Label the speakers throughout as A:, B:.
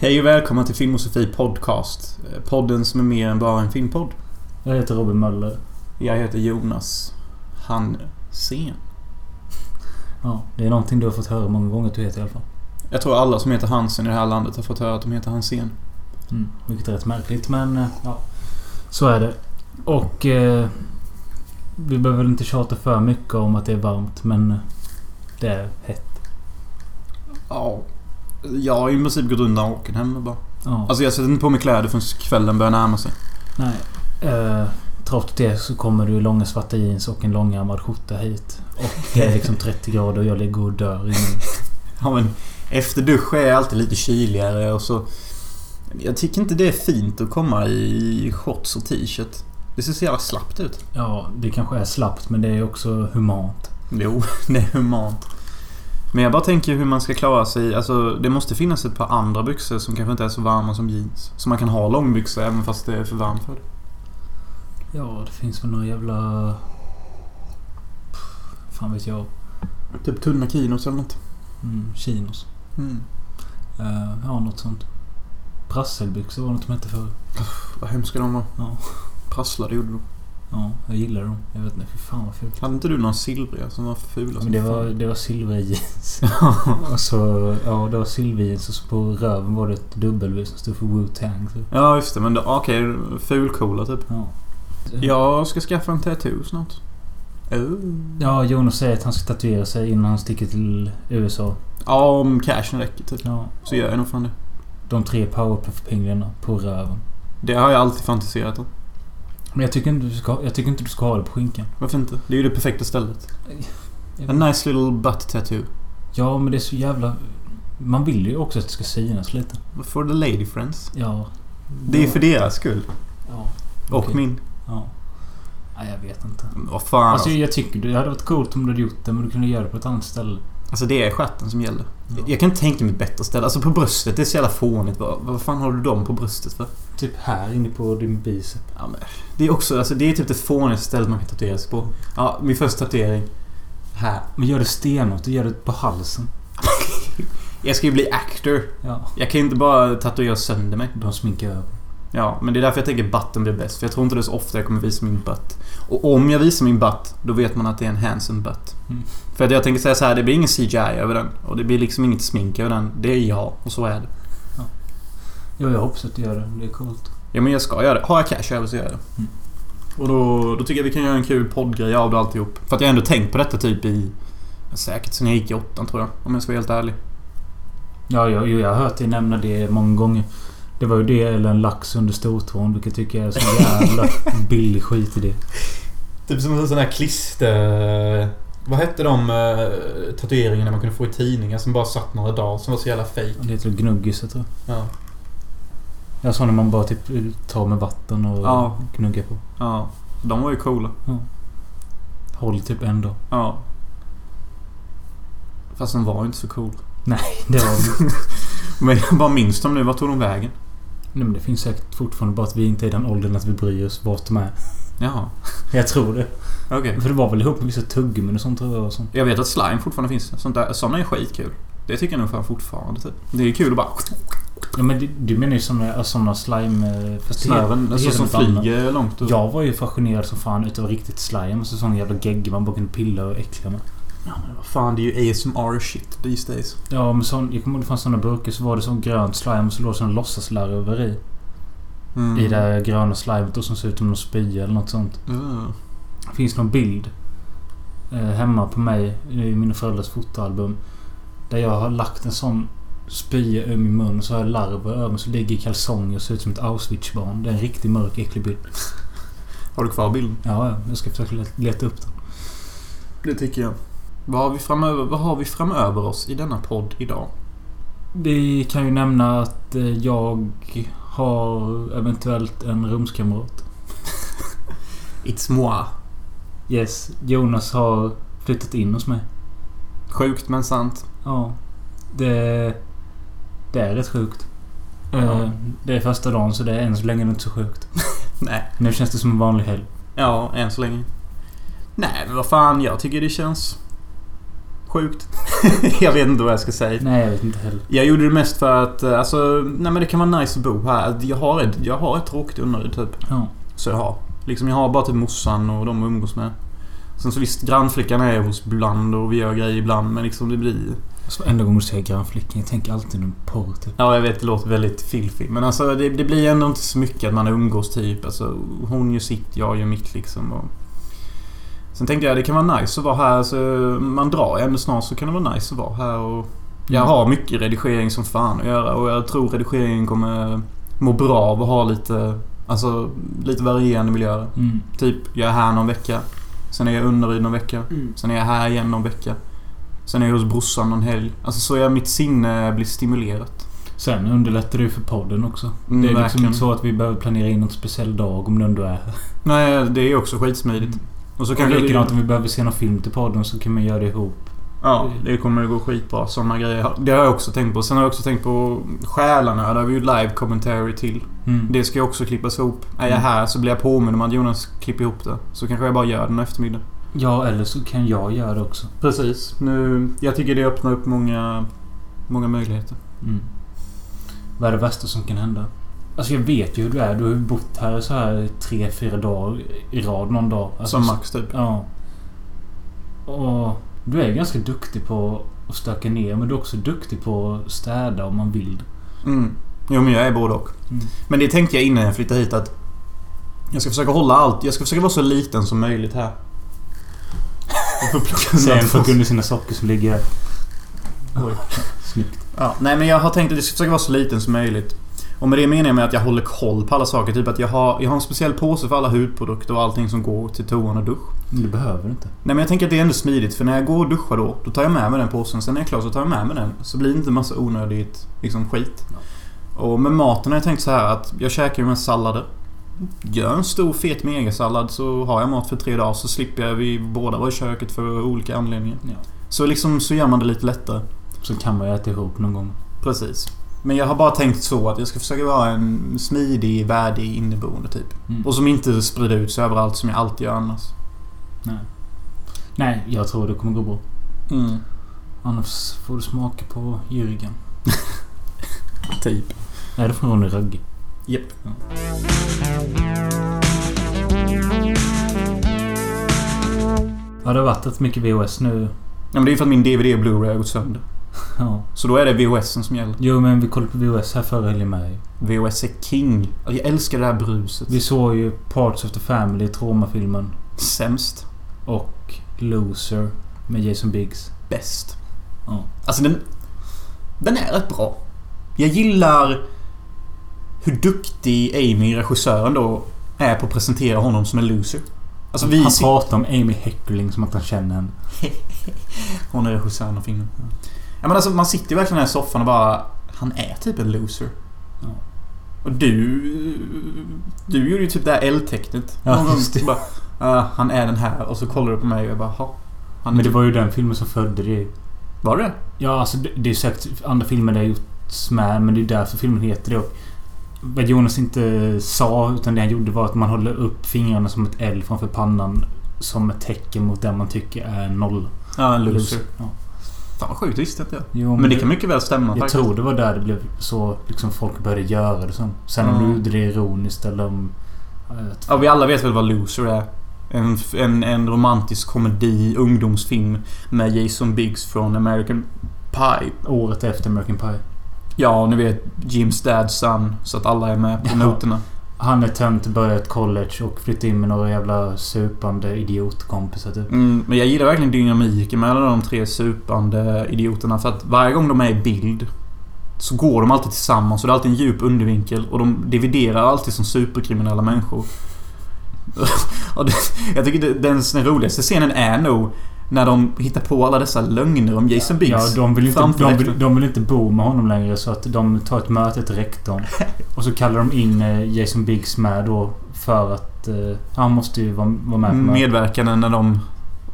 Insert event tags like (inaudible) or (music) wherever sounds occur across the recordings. A: Hej och välkomna till Filmosofi Podcast. Podden som är mer än bara en filmpodd.
B: Jag heter Robin Möller.
A: Jag heter Jonas Hansen.
B: Ja, det är någonting du har fått höra många gånger att du heter i alla fall.
A: Jag tror alla som heter Hansen i det här landet har fått höra att de heter Hansen.
B: Mm. Vilket är rätt märkligt men eh, ja. Så är det. Och eh, vi behöver väl inte tjata för mycket om att det är varmt men eh, det är hett.
A: Ja. Jag har i princip gått undan åken hemma bara.
B: Ja.
A: Alltså jag sätter inte på mig kläder förrän kvällen börjar närma sig.
B: Nej. Eh, trots det så kommer du i långa svarta jeans och en långärmad skjorta hit. Och det är liksom 30 grader och jag ligger och dör inne.
A: Ja men efter dusch är jag alltid lite kyligare och så... Jag tycker inte det är fint att komma i shorts och t-shirt. Det ser så jävla slappt ut.
B: Ja, det kanske är slappt men det är också humant.
A: Jo, (laughs) det är humant. Men jag bara tänker hur man ska klara sig. Alltså, det måste finnas ett par andra byxor som kanske inte är så varma som jeans. Så man kan ha långbyxor även fast det är för varmt för det.
B: Ja, det finns väl några jävla... Fan vet jag.
A: Typ tunna chinos eller något.
B: Mm, chinos.
A: Mm.
B: Uh, ja, något sånt. Prasselbyxor var något de hette förr.
A: Vad hemska de var.
B: Ja.
A: Prasslade gjorde de.
B: Ja, jag gillar dem. Jag vet inte, fy fan vad fult.
A: Hade inte du någon silvriga som var fula
B: Men
A: som
B: det
A: fan?
B: var, det var silver i (laughs) jeans. och så, ja, det var silver i jeans och så på röven var det ett W som stod för Wu-Tang. typ.
A: Ja, just det. Men det- okej, fulcoola typ.
B: Ja.
A: Jag ska skaffa en tattoo snart. Oh.
B: ja, Jonas säger att han ska tatuera sig innan han sticker till USA.
A: Ja, om cashen räcker typ.
B: Ja.
A: Så gör jag nog fan det.
B: De tre powerpuff-pinglarna på röven.
A: Det har jag alltid fantiserat om.
B: Men jag tycker, inte du ska, jag tycker inte du ska ha det på skinkan.
A: Varför inte? Det är ju det perfekta stället. A nice little butt tattoo.
B: Ja, men det är så jävla... Man vill ju också att det ska synas lite.
A: For the lady friends.
B: Ja.
A: Det är för deras skull.
B: Ja.
A: Och
B: Mm. Okej.
A: min.
B: Ja. Nej, jag vet inte.
A: Vad fan.
B: Alltså
A: Alltså,
B: jag tycker det hade varit coolt om du hade gjort det men du kunde göra det på ett annat ställe.
A: alltså det är stjärten som gäller.
B: Ja.
A: Jag kan inte tänka mig ett bättre ställe. Alltså på bröstet, det är så jävla fånigt. Vad, vad fan har du dem på bröstet för?
B: Typ här inne på din bicep.
A: Ja, men, det är också, alltså det är typ det fånigaste stället man kan tatuera sig på. Ja, min första tatuering. Här.
B: Men gör det stenhårt, gör det på halsen.
A: Jag ska ju bli actor.
B: Ja.
A: Jag kan ju inte bara tatuera sönder mig.
B: De sminkar över.
A: Ja, men det är därför jag tänker butten blir bäst. För jag tror inte det är så ofta jag kommer visa min butt. Och om jag visar min butt, då vet man att det är en handsome butt.
B: Mm.
A: För att jag tänker säga så här, det blir ingen CGI över den. Och det blir liksom inget smink över den. Det är jag, och så är det.
B: Ja, jag hoppas att du gör det. Det är coolt.
A: Ja, men jag ska göra det. Har jag cash över så gör jag det.
B: Mm.
A: Och då, då tycker jag vi kan göra en kul poddgrej av det alltihop. För att jag har ändå tänkt på detta typ i... Säkert sen jag gick i åttan tror jag. Om jag ska vara helt ärlig.
B: Ja, jag, jo, jag har hört dig nämna det många gånger. Det var ju det eller en lax under stortån vilket tycker jag är så
A: (laughs)
B: jävla billig skit i det.
A: Typ som en sån här klister... eh, Vad hette de eh, tatueringarna man kunde få i tidningar som bara satt några dagar som var så jävla fake?
B: Det heter gnuggis jag tror
A: Ja.
B: jag. Jag sa när man bara typ tar med vatten och
A: Ja.
B: gnuggar på.
A: Ja, de var ju coola.
B: Håll typ en dag.
A: Ja. Fast de var ju inte så coola.
B: Det var
A: Men jag bara minns dem nu. Vart tog de vägen?
B: Nej men det finns säkert fortfarande bara att vi inte är i den åldern att vi bryr oss vart de är.
A: Jaha.
B: Jag tror det.
A: Okej.
B: För det var väl ihop med vissa tuggummin och sånt tror jag och sånt.
A: Jag vet att slime fortfarande finns. Sånt där, såna är skitkul. Det tycker jag nog fan fortfarande typ. Det är kul att bara...
B: Ja men du, du menar ju såna, alltså såna slime... eh, Fast det heter-
A: Snören
B: det
A: alltså,
B: heter
A: som
B: något annat.
A: flyger långt upp.
B: Jag var ju fascinerad som fan utav riktigt slime. Alltså sån jävla gegg man bara kunde pilla och äckla med.
A: Ja, men vad fan. Det är ju ASMR shit these days.
B: Ja men sån, jag kommer ihåg det fanns såna burkar så var det sån grönt slime och så låg det sån låtsaslarver i.
A: Mm.
B: I det här gröna slimet och som ser ut som någon spya eller något sånt.
A: Mm.
B: finns någon bild eh, hemma på mig i mina föräldrars fotoalbum. Där jag har lagt en sån spya över min mun och så har jag larver över mig så ligger i kalsonger och ser ut som ett Auschwitz-barn. Det är en riktigt mörk, äcklig bild.
A: Har du kvar bilden?
B: Ja, ja, jag ska försöka let- leta upp den.
A: Det tycker jag. Vad har vi framöver, vad har vi framöver oss i denna podd idag?
B: Vi kan ju nämna att eh, jag har eventuellt en rumskamrat.
A: It's moi.
B: Yes, Jonas har flyttat in hos mig.
A: Sjukt men sant.
B: Ja. Det, det är rätt sjukt.
A: Ja.
B: Eh, Det är första dagen så det är än så länge inte så sjukt. (laughs)
A: Nej.
B: Nu känns det som en vanlig helg.
A: Ja, än så länge. Nej, men vad fan. Jag tycker det känns Sjukt. (laughs) jag vet inte vad jag ska säga.
B: Nej, jag vet inte heller.
A: Jag gjorde det mest för att, eh, alltså, nej men det kan vara nice att bo här. Att Jag har ett, jag har ett tråkigt underliv typ.
B: Ja.
A: Så jag har. Liksom jag har bara typ morsan och de jag umgås med. Sen så visst, grannflickan är jag hos ibland och vi gör grejer ibland men liksom det blir...
B: Så varenda gång du säger grannflickan, jag tänker alltid på porr typ.
A: Ja, jag vet det låter väldigt filfig. Men alltså det, det blir ändå inte så mycket att man umgås typ. Alltså hon gör sitt, jag gör mitt liksom. Och... Sen tänkte jag det kan vara nice att vara här. Så man drar ändå snart så kan det vara nice att vara här och... Jag har mycket redigering som fan att göra och jag tror redigeringen kommer må bra av att ha lite, alltså, lite varierande miljöer.
B: Mm.
A: Typ, jag är här någon vecka. Sen är jag i Unnaryd någon vecka.
C: Mm.
A: Sen är jag här igen någon vecka. Sen är jag hos brorsan någon helg. Alltså så jag, mitt sinne blir stimulerat.
B: Sen underlättar det ju för podden också.
A: Mm,
B: det är liksom
A: verkligen.
B: inte så att vi behöver planera in någon speciell dag om du ändå är här.
A: Nej, det är också skitsmidigt. Mm. Och så
B: Och
A: kanske...
B: likadant om vi behöver se någon film till podden så kan vi göra det ihop.
A: Ja, det kommer att gå skitbra. Sådana grejer. Mm. Det har jag också tänkt på. Sen har jag också tänkt på Själarna. Där har vi ju live commentary till.
B: Mm.
A: Det ska ju också klippas ihop. Är jag
B: Mm.
A: här så blir jag påmind om att Jonas klipper ihop det. Så kanske jag bara gör det någon eftermiddag.
B: Ja, eller så kan jag göra det också.
A: Precis. Nu, jag tycker det öppnar upp många, många möjligheter.
B: Mm. Vad är det värsta som kan hända? Alltså jag vet ju hur du är. Du har ju bott här så här tre, fyra dagar i rad någon dag. Alltså,
A: Som Max typ.
B: Ja. Och du är ganska duktig på att stöka ner men du är också duktig på att städa om man vill.
A: Mm. Jo, men jag är både och.
B: Mm.
A: Men det tänkte jag innan jag flyttade hit att jag ska försöka hålla allt. Jag ska försöka vara så liten som möjligt här. Jag får plocka
B: Så
A: ner
B: att folk
A: först.
B: under sina socker som ligger här.
A: Oj.
B: Snyggt.
A: Ja, nej, men jag har tänkt att jag ska försöka vara så liten som möjligt. Och med det menar jag med att jag håller koll på alla saker. Typ att jag har, jag har en speciell påse för alla hudprodukter och allting som går till toan och dusch.
B: Men du behöver inte.
A: Nej men jag tänker att det är ändå smidigt för när jag går och duschar då, då tar jag med mig den påsen. Sen när jag är klar så tar jag med mig den. Så blir det inte massa onödigt liksom, skit.
B: Ja.
A: Och med maten har jag tänkt så här att jag käkar ju med sallader. Gör en stor fet megasallad så har jag mat för tre dagar så slipper jag vi båda vara i köket för olika anledningar.
B: Ja.
A: Så liksom så gör man det lite lättare.
B: Så kan man ju äta ihop någon gång.
A: Precis. Men jag har bara tänkt så att jag ska försöka vara en smidig, värdig inneboende typ.
B: Mm.
A: Och som inte sprider ut sig överallt som jag alltid gör annars.
B: Nej. Nej, jag tror det kommer gå bra.
A: Mm.
B: Annars får du smaka på Jürgen.
A: (laughs) Typ.
B: Nej, det får Ronny Rögge.
A: Japp.
B: Ja. Ja, det har varit rätt mycket VHS nu.
A: Ja, men det är för att min DVD och Blu-ray har gått sönder.
B: Ja.
A: Så då är det VHSen som gäller.
B: Jo, men vi kollade på VHS här förra helgen med.
A: VHS är king. Alltså, Jag älskar det här bruset.
B: Vi såg ju Parts of the Family, Troma-filmen.
A: Sämst.
B: Och Loser med Jason Biggs.
A: Bäst.
B: Ja.
A: Alltså den... Den är rätt bra. Jag gillar hur duktig Amy, regissören då, är på att presentera honom som en loser. Alltså vi...
B: han
A: sit-
B: pratar om Amy Heckling som att han känner henne.
A: Hon är regissören av filmen. Ja, men alltså, man sitter ju verkligen här i soffan och bara... Han är typ en loser.
B: Ja.
A: Och du... Du gjorde ju typ det här L-tecknet.
B: Ja,
A: Någon gång
B: just det.
A: Bara, "Ah, han är den här. Och så kollar du på mig och jag bara, "Ha, han typ-
B: Men det var ju den filmen som födde det.
A: Var det?
B: Ja, alltså det, det är säkert andra filmer det har gjorts med, men det är därför filmen heter det. Och vad Jonas inte sa, utan det han gjorde var att man håller upp fingrarna som ett L framför pannan. Som ett tecken mot den man tycker är noll.
A: Ja, en loser.
B: Ja.
A: Fan vad sjukt, det visste inte jag.
B: Jo,
A: Men det kan mycket väl stämma
B: Jag
A: faktiskt.
B: tror det var där det blev så liksom folk började göra det sen. Sen om
A: Mm.
B: du gjorde det ironiskt eller om... eh, ja, jag vet.
A: Ja, vi alla vet väl vad Loser är. En, en, en romantisk komedi, ungdomsfilm med Jason Biggs från American Pie.
B: Året efter American Pie.
A: Ja, ni vet Jims dad's son. Så att alla är med på
B: Ja.
A: noterna.
B: Han är tönt, börjar ett college och flyttar in med några jävla supande idiotkompisar typ.
A: Mm, men jag gillar verkligen dynamiken mellan de tre supande idioterna. För att varje gång de är i bild så går de alltid tillsammans och det är alltid en djup undervinkel. Och de dividerar alltid som superkriminella människor. (laughs) och det, jag tycker det, den, den roligaste scenen är nog när de hittar på alla dessa lögner om Jason
B: Ja,
A: Biggs.
B: de vill, inte,
A: framför
B: de, vill,
A: rektorn.
B: de vill inte bo med honom längre så att de tar ett möte till rektorn. Och så kallar de in eh, Jason Biggs med då för att eh, han måste ju vara, vara med på mötet.
A: Medverkande när de...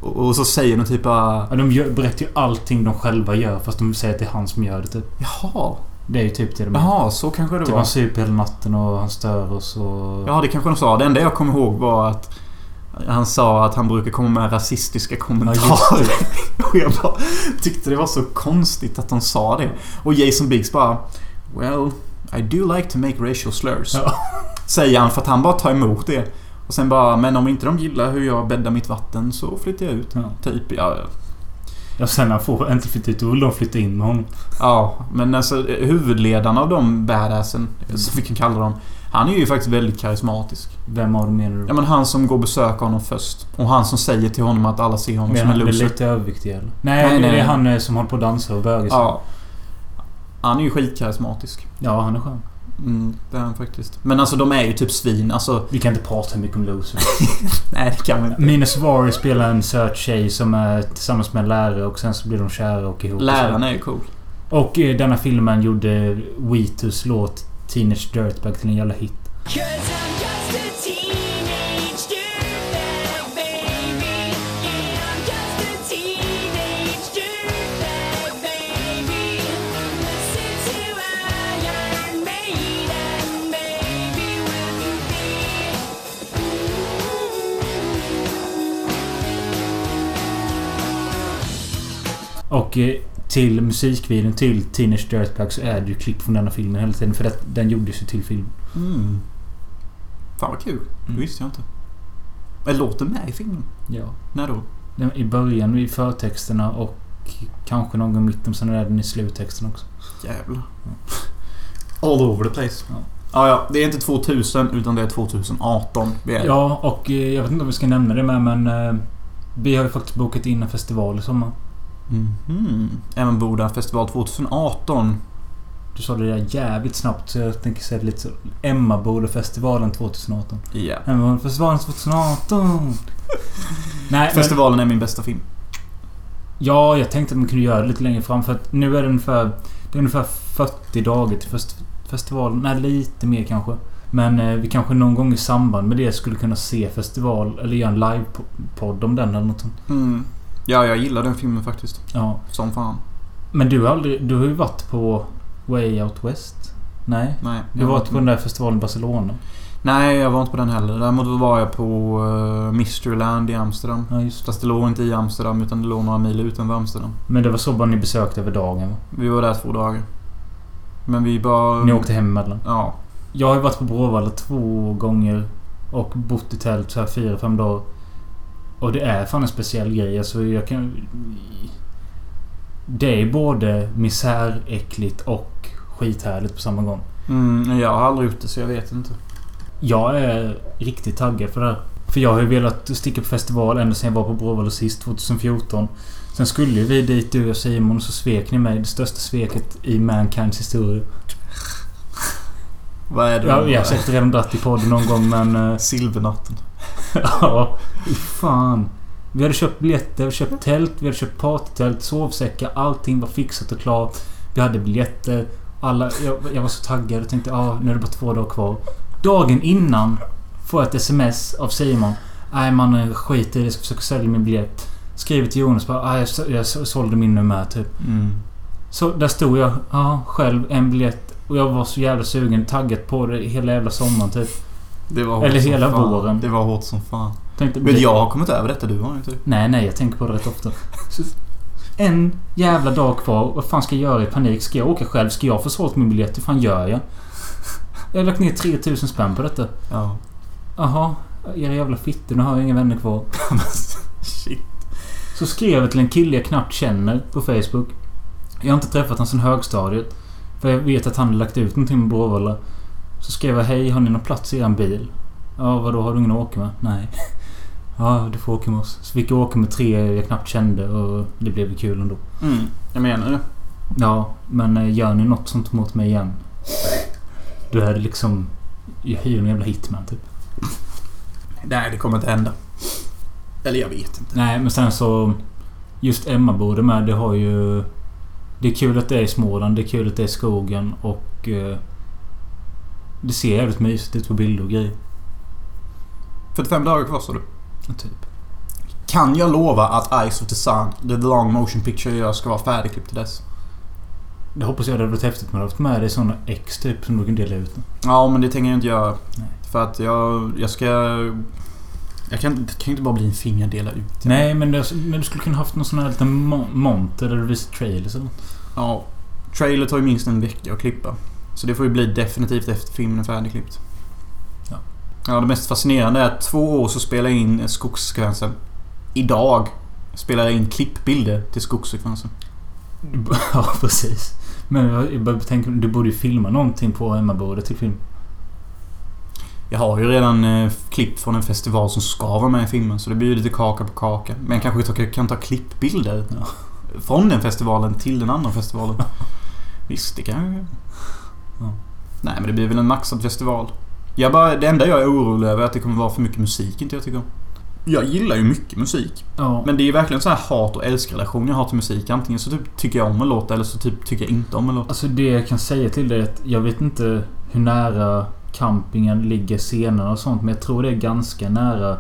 A: Och, och så säger de typ bara...
B: Ja, de gör, berättar ju allting de själva gör fast de säger att det är han som gör det typ.
A: Jaha.
B: Det är ju typ det de gör.
A: Jaha, så kanske det
B: Typ
A: var.
B: han super hela natten och han stör oss och...
A: Ja, det kanske de sa. Det enda jag kom ihåg var att... Han sa att han brukar komma med rasistiska kommentarer. och (laughs) jag bara tyckte det var så konstigt att han sa det. Och Jason Biggs bara... Well, I do like to make racial slurs.
B: Ja.
A: (laughs) Säger han för att han bara tar emot det. Och sen bara, men om inte de gillar hur jag bäddar mitt vatten så flyttar jag ut.
B: Ja.
A: Typ, ja. ja.
B: Ja, sen han får inte flytta ut, då vill de flytta in med honom.
A: Ja, men alltså huvudledaren av de badassen, som vi kan kalla dem. Han är ju faktiskt väldigt karismatisk.
B: Vem av dem menar du?
A: Ja men han som går och besöker honom först. Och han som säger till honom att alla ser honom
B: menar
A: som en
B: han är
A: loser.
B: lite överviktig eller?
A: Nej,
B: Nej,
A: nej,
B: det
A: nej.
B: är han eh, som håller på och dansar och bögar sig.
A: Ja. Han är ju skitkarismatisk.
B: ja, han är skön.
A: Mm, det är han faktiskt. Men alltså de är ju typ svin. Alltså,
B: Vi kan inte prata hur mycket om loser.
A: nej det kan vi inte.
B: Mina Suvari spelar en söt tjej som är tillsammans med en lärare och sen så blir de kära och ihop.
A: Läraren är ju cool.
B: Och eh, denna filmen gjorde Weetus låt Teenage Dirtbag till en jävla hit.
C: Cause I'm just a teenage dirtbag, baby. Yeah, I'm just a teenage dirtbag, baby. Listen to Iron Maiden, baby. Will you
B: Och eh, till musikvideon till Teenage Dirtbag så är det ju klipp från denna filmen hela tiden. För det, den gjordes ju till filmen.
A: Mm. Fan vad kul. Det
B: Mm.
A: visste jag inte. Är låten med i filmen?
B: Ja.
A: När då?
B: Den, I början i förtexterna och kanske någon gång i mitten. Sen är den i sluttexten också.
A: Jävlar. All over the place.
B: Ja.
A: Ja. ja, det är inte 2000 utan det är 2018. Vi är.
B: Ja, och eh, jag vet inte om vi ska nämna det med men... eh, Vi har ju faktiskt bokat in en festival i sommar.
A: Mhm. Även Boda festival 2018.
B: Du sa det där jävligt snabbt så jag tänker säga det lite så. Emma festivalen 2018.
A: Ja.
B: Emma festivalen 2018. Nej, men,
A: Festivalen är min bästa film.
B: ja, jag tänkte att man kunde göra det lite längre fram för att nu är det ungefär... Det är ungefär 40 dagar till fest, festivalen. Nej, lite mer kanske. Men eh, vi kanske någon gång i samband med det skulle kunna se festival eller göra en livepodd om den eller något sånt.
A: Mm. Ja, jag gillar den filmen faktiskt.
B: Ja.
A: Som fan.
B: Men du har aldrig... Du har ju varit på Way Out West? Nej?
A: Nej.
B: Du
A: jag
B: har
A: var
B: varit på den där festivalen i Barcelona?
A: Nej, jag var inte på den heller. Däremot var jag på uh, Mysteryland i Amsterdam.
B: Ja, just det.
A: Fast det låg inte i Amsterdam utan det låg några mil utanför Amsterdam.
B: Men det var så bara ni besökte över dagen va?
A: Vi var där två dagar. Men vi bara...
B: Ni åkte hem emellan?
A: Ja.
B: Jag har ju varit på Bråvalla två gånger och bott i tält så här fyra, fem dagar. Och det är fan en speciell grej. Alltså jag kan... Det är både misäräckligt och skithärligt på samma gång.
A: Mm, jag har aldrig gjort det så jag vet inte.
B: Jag är riktigt taggad för det här. För jag har ju velat sticka på festival ända sedan jag var på Bråvalla sist, 2014. Sen skulle ju vi dit, du och Simon, och så svek ni mig. Det största sveket i Mankinds historia.
A: Vad är det?
B: Jag, jag har säkert redan dratt i podden någon gång men... eh,
A: (laughs) Silvernatten.
B: (laughs) Ja, fy fan. Vi hade köpt biljetter, vi hade köpt tält, vi hade köpt partytält, sovsäckar. Allting var fixat och klart. Vi hade biljetter. Alla, jag, jag var så taggad och tänkte ah, nu är det bara två dagar kvar. Dagen innan får jag ett sms av Simon. Nej man skit i det, jag ska försöka sälja min biljett. Skriver till Jonas bara ah, jag, så- jag så- sålde min nu med typ.
A: Mm.
B: Så där stod jag ja, själv, en biljett. Och jag var så jävla sugen, taggad på det hela jävla sommaren typ.
A: Det var hårt
B: Eller
A: som
B: hela
A: fan.
B: våren.
A: Det var hårt som fan.
B: Tänkte,
A: Men jag har kommit över detta, du har inte det.
B: Nej, nej, jag tänker på det rätt ofta. Så, en jävla dag kvar. Vad fan ska jag göra i panik? Ska jag åka själv? Ska jag få sålt min biljett? Hur fan gör jag? Jag har lagt ner 3000 spänn på detta.
A: Ja.
B: Jaha, era jävla fitter. Nu har jag inga vänner kvar.
A: Shit.
B: Så skrev jag till en kille jag knappt känner på Facebook. Jag har inte träffat honom sedan högstadiet. För jag vet att han har lagt ut någonting med Bråvalla. Så skrev jag Hej, har ni någon plats i eran bil? Ja, vadå? Har du ingen att åka med? Nej. (laughs) Ja, du får åka med oss. Så fick jag åka med tre jag knappt kände och det blev ju kul ändå.
A: Mm, jag menar det.
B: Ja, men eh, gör ni något sånt mot mig igen? Då är det liksom... Jag hyr en jävla hitman typ.
A: Nej, det kommer inte hända. Eller jag vet inte.
B: Nej, men sen så... Just Emmaboda med, det har ju... Det är kul att det är i Småland, det är kul att det är i skogen och... eh, Det ser jävligt mysigt ut på bilder och grejer.
A: 45 dagar kvar sa du.
B: Ja, Typ.
A: Kan jag lova att Eyes of the Sun, The Long Motion Picture jag gör, ska vara färdigklippt till dess?
B: Det hoppas jag det hade varit häftigt med. Jag har haft med dig såna ex typ som du kan dela ut.
A: Ja, men det tänker jag inte göra.
B: Nej.
A: För att jag, jag ska... Jag kan, det kan ju inte bara bli en fingerdela ut.
B: Nej, men du, men du skulle kunna haft någon sån här liten mon- monter där du visar trailers eller något.
A: Ja. Trailer tar ju minst en vecka att klippa. Så det får ju bli definitivt efter filmen är färdigklippt.
B: Ja.
A: Ja, det mest fascinerande är att två år så spelar jag in skogssekvensen. Idag spelar jag in klippbilder till skogssekvensen.
B: Mm. (laughs) ja, precis. Men jag jag börjar tänka, du borde ju filma någonting på hemmabordet till film.
A: Jag har ju redan eh, klipp från en festival som ska vara med i filmen så det blir ju lite kaka på kaka. Men jag kanske ta, kan ta klippbilder
B: Ja.
A: från den festivalen till den andra festivalen. Visst, det kan jag ju.
B: Ja.
A: Nej, men det blir väl en maxad festival. Jag bara, det enda jag är orolig över är att det kommer vara för mycket musik inte jag tycker om. Jag gillar ju mycket musik.
B: Ja.
A: Men det är ju verkligen så här hat och älskrelation jag har till musik. Antingen så typ tycker jag om en låt eller så typ tycker jag inte om en låt.
B: Alltså det jag kan säga till dig är att jag vet inte hur nära campingen ligger scenerna och sånt. Men jag tror det är ganska nära.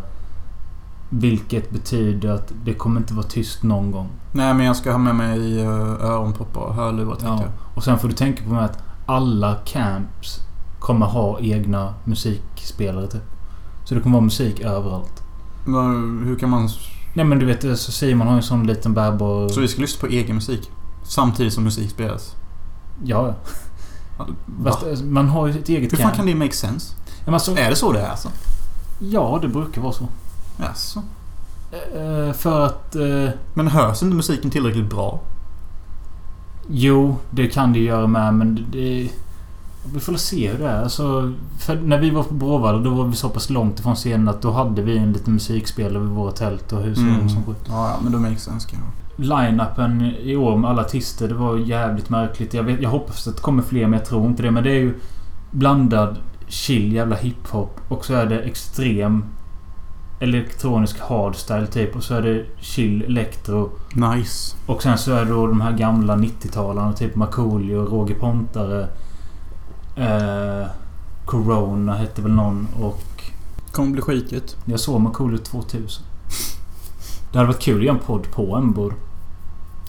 B: Vilket betyder att det kommer inte vara tyst någon gång.
A: Nej, men jag ska ha med mig eh, öronproppar och hörlurar tänkte
B: Ja.
A: jag.
B: Och sen får du tänka på med att alla camps kommer ha egna musikspelare typ. Så det kommer vara musik överallt.
A: Men Hur kan man
B: Nej men du vet, så Simon har ju en sån liten bärbar...
A: Så vi ska lyssna på egen musik? Samtidigt som musik spelas?
B: Ja,
A: Va?
B: fast alltså, man har ju ett eget
A: Hur fan
B: camp.
A: kan det make sense?
B: Ja, men alltså,
A: Är det så det är alltså?
B: ja, det brukar vara så.
A: Jaså?
B: Eh, för att... eh,
A: Men hörs inte musiken tillräckligt bra?
B: Jo, det kan det göra med men det- det... Vi får väl se hur det är. Alltså, för när vi var på Bråvalla då var vi så pass långt ifrån scenen att då hade vi en liten musikspelare vid våra tält och husrum
A: Mm.
B: och sånt skit.
A: Ja, ja, men det makes sense kanske.
B: Line-upen i år med alla artister, det var jävligt märkligt. Jag, vet, jag hoppas att det kommer fler men jag tror inte det. Men det är ju blandad chill jävla hiphop och så är det extrem elektronisk hardstyle typ och så är det chill electro.
A: Nice.
B: Och sen så är det då de här gamla 90-talarna. Typ Markoolio, Roger Pontare. Eh, Corona hette väl någon och...
A: Kommer bli skitigt.
B: Jag såg Markoolio 2000. Det hade varit kul att göra en podd på Embor.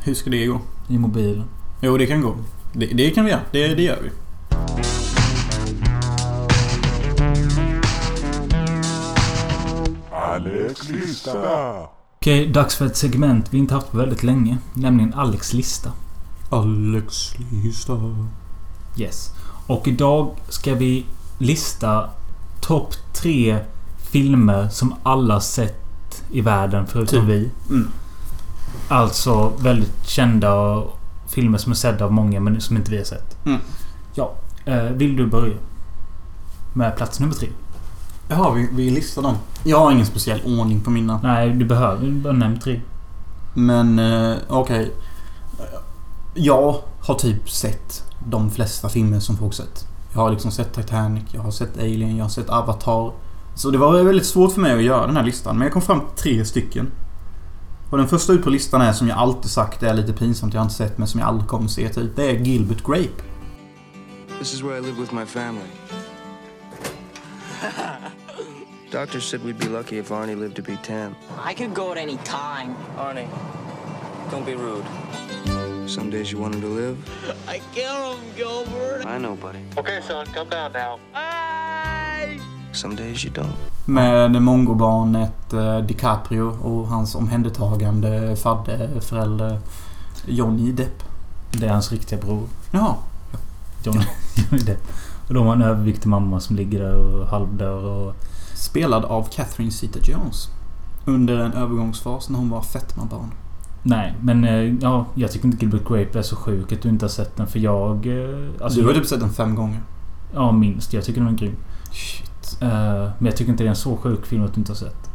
A: Hur ska det gå?
B: I mobilen.
A: Jo, det kan gå. Det, det kan vi göra. Det, det gör vi.
D: Alex Lista.
B: Okej, dags för ett segment vi inte haft på väldigt länge. Nämligen Alex lista.
A: Alex Lista.
B: Yes. Och idag ska vi lista topp tre filmer som alla sett i världen förutom
A: Typ.
B: vi.
A: Mm.
B: Alltså väldigt kända filmer som är sedda av många men som inte vi har sett.
A: Mm.
B: Ja. eh, Vill du börja? Med plats nummer tre.
A: Jaha, vi, vi listar dem. Jag har ingen speciell ordning på mina.
B: Nej, du behöver du bara nämna tre.
A: Men eh, okej. Jag har typ sett de flesta filmer som folk sett. Jag har liksom sett Titanic, jag har sett Alien, jag har sett Avatar. Så det var väldigt svårt för mig att göra den här listan. Men jag kom fram till tre stycken. Och den första ut på listan är som jag alltid sagt, det är lite pinsamt jag har inte sett men som jag aldrig kommer se typ. Det är Gilbert Grape.
E: This is where I live with my family. (laughs) Doctors said we'd be lucky if Arnie lived to be 10.
F: I could go at any time.
E: Arnie, don't be rude. Some days you want him to (laughs) live. I kill him, Gilbert. I know, buddy.
G: Okay, son, come down now.
E: Some days you don't.
A: Med mongobarnet eh, DiCaprio och hans omhändertagande faddeförälder Johnny Depp.
B: Det är hans riktiga bror. (laughs)
A: Jaha.
B: Johnny Johnny Depp. Och de har en överviktig mamma som ligger där och halvdör och...
A: Spelad av Catherine Zeta-Jones. Under en övergångsfas när hon var fetmabarn.
B: Nej, men eh, ja, jag tycker inte Gilbert Grape är så sjuk att du inte har sett den för jag... eh, Alltså,
A: du har typ sett den fem gånger.
B: Ja, minst. Jag tycker den är grym.
A: Shit.
B: Eh, men jag tycker inte det är en så sjuk film att du inte har sett.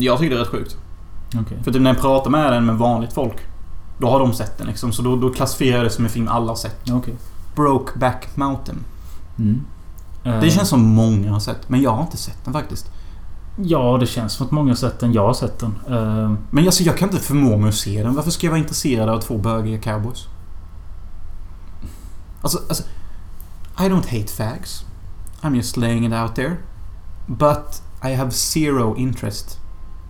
A: Jag tycker det är rätt sjukt.
B: Okej.
A: För typ när jag pratar med den med vanligt folk. Då har de sett den liksom. Så då, då klassifierar jag det som en film alla har sett.
B: Ja, Okej.
A: Brokeback Mountain.
B: Mm. Eh,
A: Det känns som många har sett. Men jag har inte sett den faktiskt.
B: Ja, det känns som att många har sett den. Jag har sett den. Eh,
A: Men alltså, jag kan inte förmå mig att se den. Varför ska jag vara intresserad av två bögiga cowboys? Alltså, alltså... I don't hate fags. I'm just laying it out there. But I have zero interest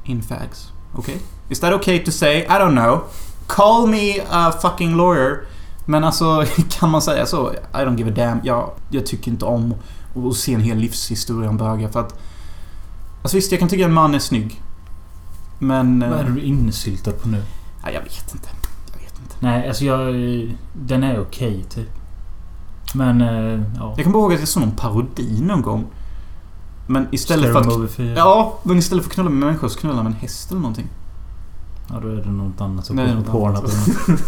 A: in fags. Okay? Is that okay to say? I don't know. Call me a fucking lawyer. Men alltså, (laughs) kan man säga så? I don't give a damn. Jag, jag tycker inte om att se en hel livshistoria om bögar för att... Alltså visst, jag kan tycka en man är snygg. Men...
B: Vad är
A: Eh,
B: det du är insyltad på nu?
A: nej, jag vet inte. Jag vet inte.
B: Nej, alltså jag... Den är okej, typ. Men, eh, ja.
A: Jag kommer ihåg att jag såg någon parodi någon gång. Men istället
B: Scary
A: för att...
B: Movie 4. Ja.
A: Ja, men istället för att knulla med människor så knullar man med en häst eller någonting.
B: då är det något annat. som
A: Nej,
B: går på
A: något
B: Pornhub
A: annat. (laughs)
B: eller något.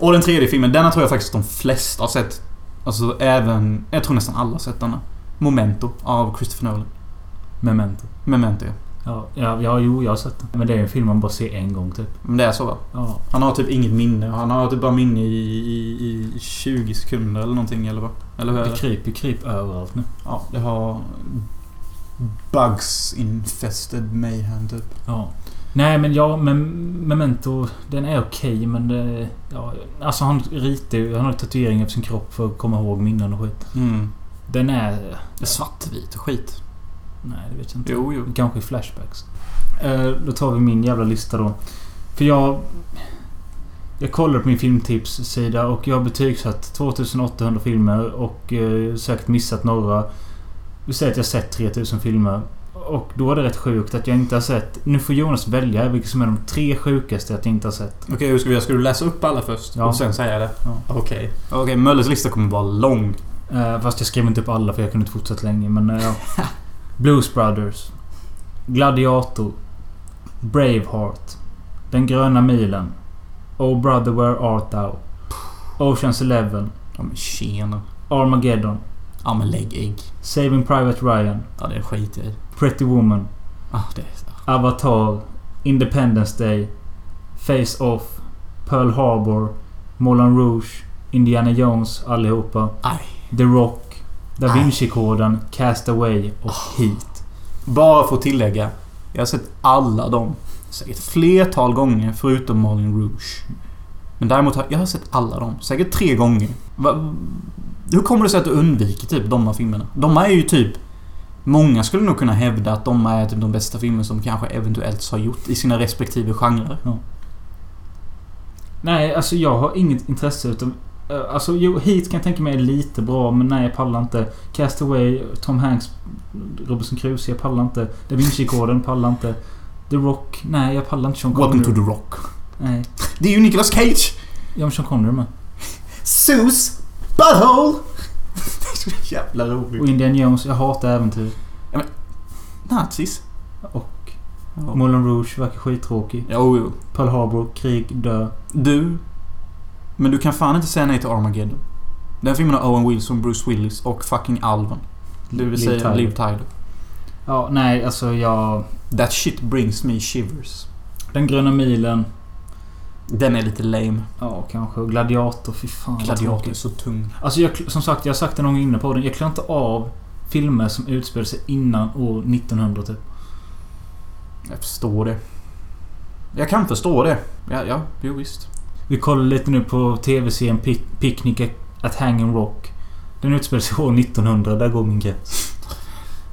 A: Och den tredje filmen, denna tror jag faktiskt de flesta har sett. Alltså även... Jag tror nästan alla har sett denna. Momento av Christopher Nolan.
B: Memento.
A: Memento, ja.
B: Ja, ja, ja, jo, jag har sett den. Men det är en film man bara ser en gång, typ.
A: Men det är så va?
B: Ja.
A: Han har typ inget minne. Han har typ bara minne i, i, i 20 sekunder eller någonting, eller vad? Eller hur är
B: Det
A: det?
B: kryper, kryper överallt nu.
A: Ja, det har... Bugs infested mayhem typ.
B: Ja. Nej men ja, men Memento, den är okej men det... Ja, alltså han ritar ju... Han har tatueringar på sin kropp för att komma ihåg minnen och skit.
A: Mm.
B: Den är...
A: Det är svartvit och skit.
B: Nej, det vet jag inte.
A: Jo, jo.
B: Kanske i flashbacks. Eh, då tar vi min jävla lista då. För jag... Jag kollade på min filmtipssida och jag har betygsatt 2800 filmer och eh, säkert missat några. Vi säger att jag har sett 3000 filmer. Och då är det rätt sjukt att jag inte har sett... Nu får Jonas välja vilka som är de tre sjukaste att jag inte har sett.
A: Okej, hur ska vi göra? Ska du läsa upp alla först?
B: Ja.
A: Och sen säga det?
B: Ja.
A: Okej. Okej, Mölles lista kommer vara lång.
B: Eh, fast jag skrev inte upp alla för jag kunde inte fortsätta länge men... eh, ja. Blues Brothers. Gladiator. Braveheart. Den gröna milen. Oh brother where art thou? Oceans Eleven.
A: Ja, men tjena.
B: Armageddon.
A: Ja, men lägg ägg.
B: Saving Private Ryan.
A: Ja, det skiter jag i.
B: Pretty Woman.
A: Ah, det är...
B: Avatar. Independence Day. Face Off. Pearl Harbor. Moulin Rouge. Indiana Jones allihopa.
A: Aj.
B: The Rock. Da
A: Aj.
B: Vinci-koden. Cast Away och Heat.
A: Bara för att tillägga. Jag har sett alla dem. Säkert flertal gånger förutom Moulin Rouge. Men däremot har jag har sett alla dem. Säkert tre gånger. Va, hur kommer det sig att du undviker typ de här filmerna? De är ju typ... Många skulle nog kunna hävda att de är typ de bästa filmer som kanske eventuellt har gjort i sina respektive genrer.
B: Nej, alltså jag har inget intresse utav... eh, Alltså jo, Heat kan jag tänka mig är lite bra, men nej jag pallar inte. Cast Away, Tom Hanks, Robinson Crusoe, jag pallar inte. Da Vinci-koden, pallar inte. The Rock, nej jag pallar inte Sean Connery.
A: Welcome to the Rock.
B: Nej.
A: Det är ju Nicolas Cage!
B: Ja men Sean Connery med.
A: Sus! Butthole! Det är så jävla roligt.
B: Och Indian Jones, jag hatar äventyr.
A: Nazis.
B: Och
A: Ja.
B: Moulin Rouge verkar skittråkig.
A: Jo, jo.
B: Pearl Harbor, krig, dö.
A: Du. Men du kan fan inte säga nej till Armageddon. Den filmen har Owen Wilson, Bruce Willis och fucking Alven. Det vill
B: Liv
A: säga
B: Tyler.
A: Liv Tyler.
B: Ja, nej alltså jag...
A: That shit brings me shivers.
B: Den gröna milen.
A: Den är lite lame.
B: Ja, kanske. Och Gladiator, fy fan vad
A: Gladiator är
B: tråkigt.
A: så tung.
B: Alltså jag, som sagt, jag har sagt det någon gång inne på den. Jag klarar inte av filmer som utspelar sig innan år 1900 typ.
A: Jag förstår det. Jag kan förstå det. Ja, ja, jo visst.
B: Vi kollar lite nu på tv-serien Pic- Picnic at Hanging Rock. Den utspelar sig år 1900, där går min gräns.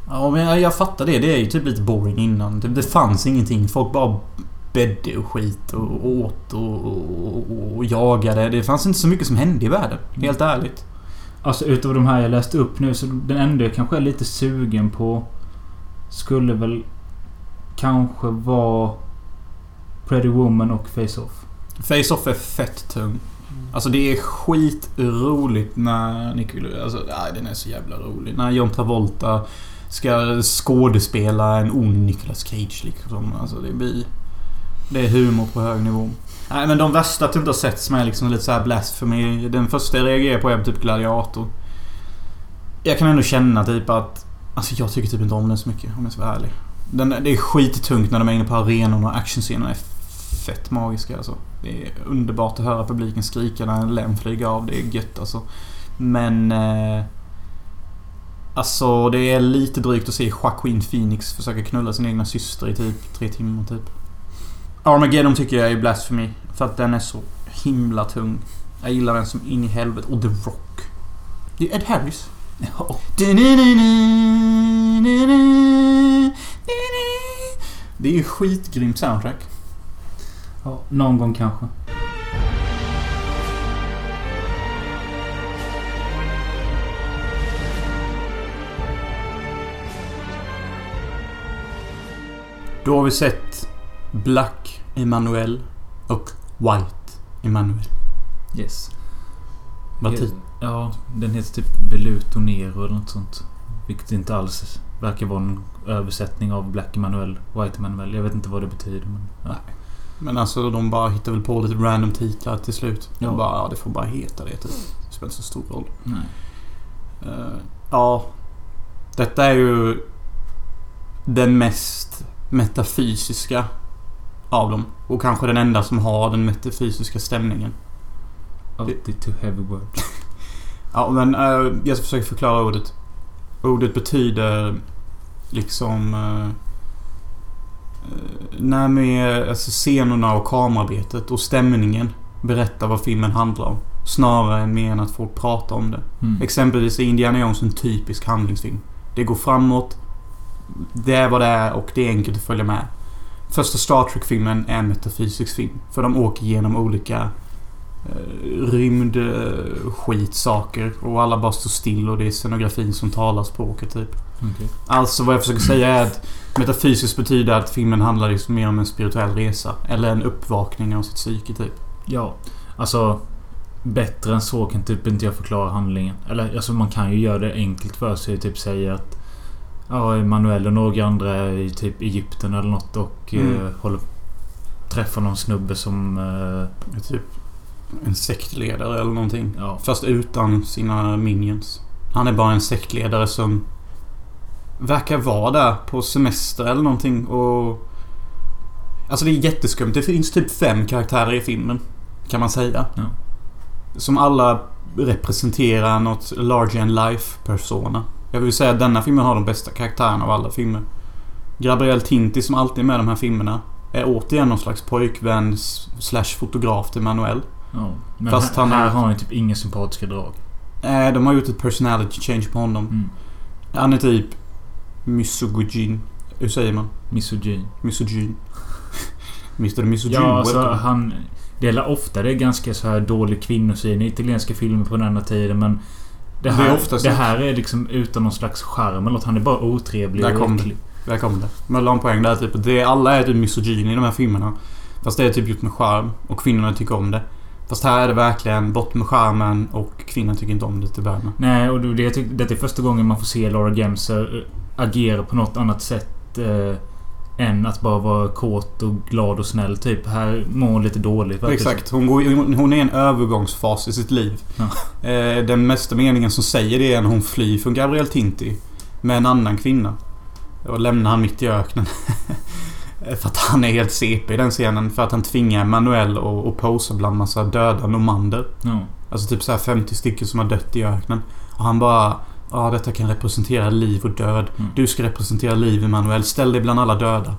A: Ja, men jag, jag fattar det. Det är ju typ lite boring innan. Det, det fanns ingenting. Folk bara bädde och skit och åt och, och, och, och jagade. Det fanns inte så mycket som hände i världen. Helt ärligt.
B: Alltså utav de här jag läste upp nu så den enda jag kanske är lite sugen på skulle väl kanske vara Pretty Woman och Face Off.
A: Face-Off är fett tung. Alltså det är skitroligt när Nicol... Alltså, nej, den är så jävla rolig. När John Travolta ska skådespela en ond Nicolas Cage liksom. Alltså det blir... Det är humor på hög nivå. Nej men de värsta att du inte har sett som är liksom lite såhär blasphemy. Den första jag reagerar på är typ Gladiator. Jag kan ändå känna typ att... Alltså jag tycker typ inte om den så mycket om jag ska vara ärlig. Den, det är skittungt när de är inne på arenorna och actionscenerna är fett magiska alltså. Det är underbart att höra publiken skrika när en lem flyger av. Det är gött alltså. Men... Eh, alltså det är lite drygt att se Joaquin Phoenix försöka knulla sin egna syster i typ tre timmar typ. Armageddon tycker jag är blasphemy. För att den är så himla tung. Jag gillar den som in i helvete. Och The Rock. Det är Ed Harris. Det är ju skitgrymt soundtrack.
B: Ja, någon gång kanske.
A: Då har vi sett Black Emanuel och White Emanuel.
B: Yes.
A: Batik.
B: Ja, den heter typ Veluto Nero eller något sånt. Vilket inte alls verkar vara en översättning av Black Emanuel, White Emanuel. Jag vet inte vad det betyder men... Ja.
A: Men alltså de bara hittar väl på lite random titlar till slut. De
B: Ja.
A: bara, ja det får bara heta det typ. Det spelar inte så stor roll.
B: Nej.
A: Eh, ja. Detta är ju den mest metafysiska av dem. Och kanske den enda som har den metafysiska stämningen.
B: Alltid too heavy words.
A: Ja, men eh, jag ska försöka förklara ordet. Ordet betyder liksom... eh, eh, när med alltså scenerna och kamerarbetet och stämningen berättar vad filmen handlar om. Snarare än mer än att folk pratar om det.
B: Mm.
A: Exempelvis är Indiana Jones en typisk handlingsfilm. Det går framåt. Det är vad det är och det är enkelt att följa med. Första Star Trek-filmen är en metafysisk film. För de åker genom olika eh, rymdskitsaker. Och alla bara står still och det är scenografin som talar språket typ.
B: Okej.
A: Alltså vad jag försöker säga är att metafysiskt betyder att filmen handlar liksom mer om en spirituell resa. Eller en uppvakning av sitt psyke typ.
B: Ja, alltså... Bättre än så kan typ inte jag förklara handlingen. Eller alltså man kan ju göra det enkelt för sig. Typ säga att... Ja, Emanuel och några andra är i typ Egypten eller något och
A: Mm.
B: eh, håller... Träffar någon snubbe som... Eh,
A: Typ en sektledare eller någonting.
B: ja,
A: Fast utan sina minions. Han är bara en sektledare som verkar vara där på semester eller någonting och... Alltså det är jätteskumt. Det finns typ fem karaktärer i filmen. Kan man säga.
B: Ja.
A: Som alla representerar något larger than life-persona. Jag vill säga att denna filmen har de bästa karaktärerna av alla filmer. Gabriel Tinti som alltid är med i de här filmerna är återigen någon slags pojkvän s- slash fotograf till Manuel.
B: ja. Men
A: Fast
B: Fast
A: han-
B: han, här har han ju typ inga sympatiska drag.
A: Eh, de har gjort ett personality change på honom.
B: Mm.
A: Han är typ misogyn. Hur säger man?
B: Misogyn.
A: Misogyn. (laughs) Mr Misogyn.
B: Ja, alltså
A: welcome.
B: han delar ofta det är ganska så här dålig kvinnosyn i italienska filmer på denna tiden men... Det
A: är
B: här,
A: oftast-
B: det här är liksom utan någon slags charm eller något. Han är bara otrevlig
A: Där
B: och
A: kom det.
B: äcklig.
A: Där kom det. Men la en poäng där typ. Det, alla är typ misogyn i de här filmerna. Fast det är typ gjort med charm och kvinnorna tycker om det. Fast här är det verkligen bort med charmen och kvinnan tycker inte om det till att börja med.
B: Nej, och det, det, jag tyck- detta är första gången man får se Laura Gemser eh, agera på något annat sätt eh, än att bara vara kåt och glad och snäll. Typ. Här mår hon lite dåligt. verkar det som.
A: Exakt. Hon, går, hon hon är i en övergångsfas i sitt liv. Eh, Den mesta meningen som säger det är när hon flyr från Gabriel Tinti. Med en annan kvinna. Och lämnar han mitt i öknen. (laughs) för att han är helt CP i den scenen. För att han tvingar Manuel att att posa bland massa döda nomander.
B: Ja.
A: Alltså typ så här 50 stycken som har dött i öknen. Och han bara... Ja, detta kan representera liv och död.
B: Mm.
A: Du ska representera liv, Emanuel. Ställ dig bland alla döda.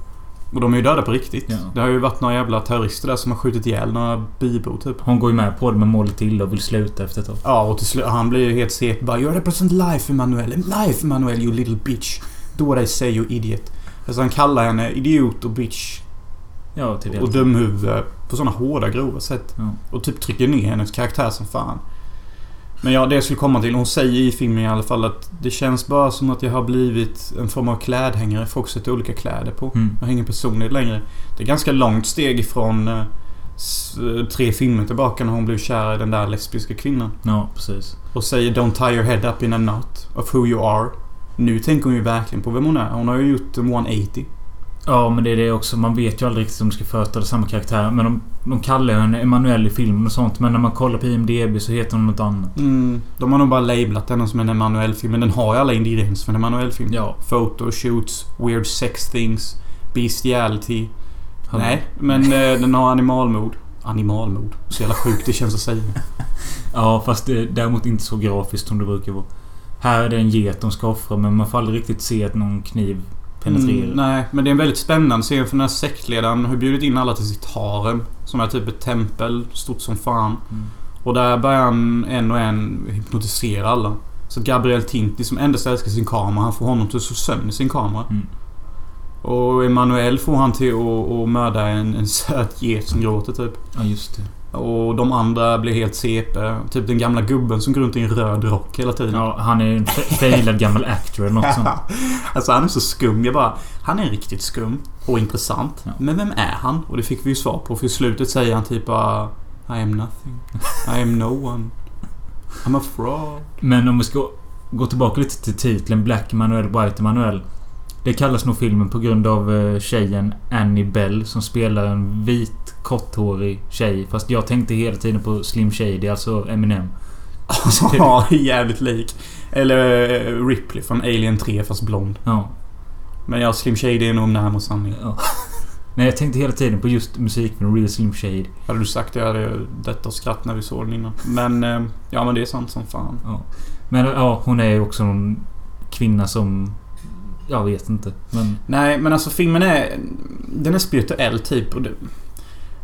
A: Och de är ju döda på riktigt.
B: Ja.
A: Det har ju varit några jävla terrorister där som har skjutit ihjäl några bybor typ.
B: Hon går ju med på det men mår lite illa och vill sluta efter ett tag.
A: Ja, och till slut, han blir ju helt CP bara You represent life, Emanuel. Life, Emanuel, you little bitch. Do what I say, you idiot. Alltså han kallar henne idiot och bitch
B: Ja, typ
A: och
B: helt.
A: dumhuvud på sådana hårda, grova sätt.
B: Ja.
A: Och typ trycker ner hennes karaktär som fan. Men ja, det jag skulle komma till. Hon säger i filmen i alla fall att det känns bara som att jag har blivit en form av klädhängare. Folk sätter olika kläder på.
B: Mm.
A: Jag har ingen personlighet längre. Det är ganska långt steg från eh, s- eh, tre filmer tillbaka när hon blev kär i den där lesbiska kvinnan.
B: ja, precis.
A: Och säger “Don't tie your head up in a knot of who you are”. Nu tänker hon ju verkligen på vem hon är. Hon har ju gjort eh, en 180.
B: Ja, men det är det också. Man vet ju aldrig riktigt om de ska företräda samma karaktär. Men de, de kallar henne Emanuel i filmen och sånt. Men när man kollar på IMDB så heter hon något annat.
A: Mm, de har nog bara lablat den som en Emanuel-film. Men den har ju alla ingredienser för en Emanuel-film.
B: Ja.
A: Photo shoots, weird sex things, bestiality.
B: Har-
A: Nej, men eh, den har animalmord. Animalmord. Så jävla sjukt det känns att säga.
B: Ja, fast det, däremot inte så grafiskt som det brukar vara. Här är det en get de ska offra men man får aldrig riktigt se att någon kniv penetrerar.
A: Mm, nej, men det är en väldigt spännande scen för den här sektledaren har bjudit in alla till sitt harem. Som är typ ett tempel, stort som fan.
B: Mm.
A: Och där börjar han en och en hypnotisera alla. Så att Gabriel Tinti som endast älskar sin kamera, han får honom till att slå sönder sin kamera.
B: Mm.
A: Och Emanuel får han till att, att mörda en, en söt get som gråter typ.
B: Ja, just det.
A: Och de andra blir helt CP. Typ den gamla gubben som går runt i en röd rock hela tiden.
B: Ja, han är ju en fa- failad gammal actor
A: (laughs)
B: eller något sånt.
A: alltså han är så skum. Jag bara... Han är riktigt skum. Och intressant.
B: Ja.
A: Men vem är han? Och det fick vi ju svar på. För i slutet säger han typ bara... I am nothing. I am no one. I'm a (laughs) fraud.
B: Men om vi ska gå tillbaka lite till titeln Black Emanuel, White Emanuel. Det kallas nog filmen på grund av eh, tjejen Annie Bell som spelar en vit korthårig tjej. Fast jag tänkte hela tiden på Slim Shady, alltså Eminem.
A: Ja, jävligt lik. Eller eh, Ripley från Alien 3 fast blond.
B: Ja,
A: Men ja, Slim Shady är nog närmare sanning.
B: ja. Nej, jag tänkte hela tiden på just musikfilmen Real Slim Shady.
A: Hade du sagt det hade jag dött av skratt när vi såg den innan. Men eh, ja, men det är sant som fan.
B: Men ja, hon är ju också någon kvinna som... Jag vet inte. Men
A: Nej, men alltså filmen är... Den är spirituell typ. Och det,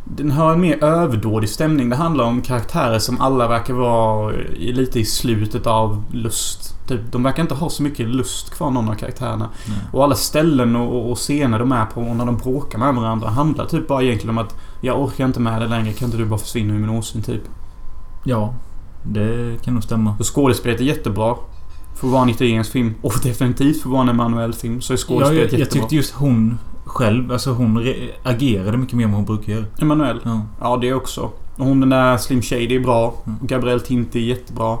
A: den har en mer överdådig stämning. Det handlar om karaktärer som alla verkar vara i, lite i slutet av lust. Typ, de verkar inte ha så mycket lust kvar, någon av karaktärerna.
B: Nej.
A: Och alla ställen och, och- och scener de är på och när de bråkar med varandra handlar typ bara egentligen om att jag orkar inte med det längre. Kan inte du bara försvinna ur min åsyn, typ.
B: ja, det kan nog stämma.
A: Och skådespelet är jättebra. För att vara en italiensk film. Och (laughs) definitivt för att vara en Emanuel-film så är
B: Ja,
A: skådespelet
B: jag, jag
A: jättebra.
B: tyckte just hon själv, alltså hon re- agerade mycket mer än vad hon brukar göra.
A: Emanuel.
B: Ja.
A: Ja, det också. Och Hon den där Slim Shady är bra.
B: Mm.
A: Gabrielle Tinti är jättebra.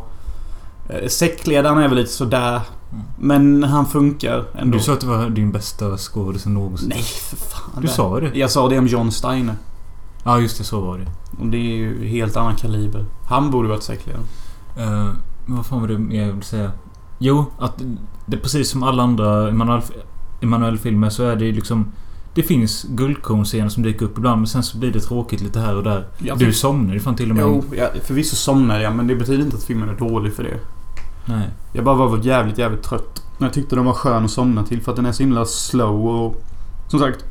A: Eh, Säckledaren är väl lite sådär.
B: Mm.
A: Men han funkar ändå.
B: Du sa att det var din bästa skådis någonsin.
A: Nej, för fan.
B: Du
A: Det-
B: sa det.
A: Jag sa det om John Steiner.
B: Ja, just det. Så var det.
A: Och det är ju helt annan kaliber. Han borde varit säckledare.
B: Eh, men vad fan var det mer jag ville säga? Jo, att det är precis som alla andra Emanuel- Emanuel-filmer så är det ju liksom... Det finns guldkornscener som dyker upp ibland men sen så blir det tråkigt lite här och där.
A: Jag
B: Du
A: fick-
B: somnar ju fan till och med.
A: Jo, jag, förvisso somnade jag men det betyder inte att filmen är dålig för det.
B: Nej.
A: Jag bara var jävligt, jävligt trött. Men jag tyckte den var skön att somna till för att den är så himla slow och... Som sagt.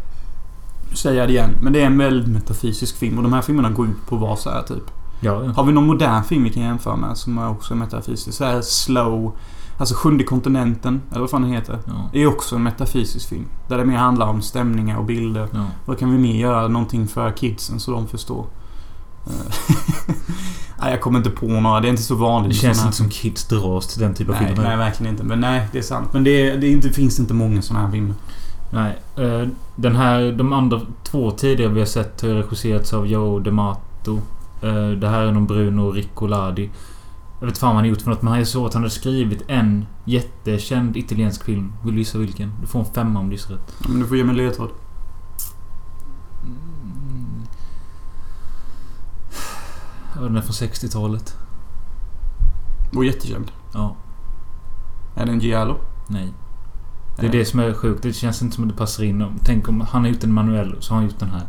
A: Nu säger jag det igen. Men det är en väldigt metafysisk film och de här filmerna går ut på att vara så här typ.
B: Ja, ja.
A: Har vi någon modern film vi kan jämföra med som är också metafysisk? Så här slow. Alltså Sjunde kontinenten, eller vad fan den heter.
B: ja.
A: Det är också en metafysisk film. Där det mer handlar om stämningar och bilder.
B: ja.
A: Vad kan vi mer göra? Någonting för kidsen så de förstår. Eh, (laughs) nej, jag kommer inte på några. Det är inte så vanligt.
B: Det
A: i såna
B: känns
A: här
B: inte som kids dras till den typen av
A: Nej,
B: filmer.
A: nej, verkligen inte. Men nej, det är sant. Men det, är, det är inte, finns inte många såna här filmer.
B: Nej. eh, Den här, de andra två tidigare vi har sett har regisserats av Joe DeMato. Eh, Det här är någon Bruno Riccolardi. Jag vet fan vad han har gjort för något, men han är så att han har skrivit en jättekänd italiensk film. Vill du gissa vilken? Du får en femma om du gissar rätt.
A: Ja, Men du får ge mig en ledtråd.
B: Ja, Den är från 60-talet.
A: Och jättekänd.
B: Ja.
A: Är det en Giallo? Eh,
B: Nej. Det är
A: Nej.
B: det som är sjukt. Det känns inte som att det passar in. Om- Tänk om han har gjort en manuell så har han gjort den här.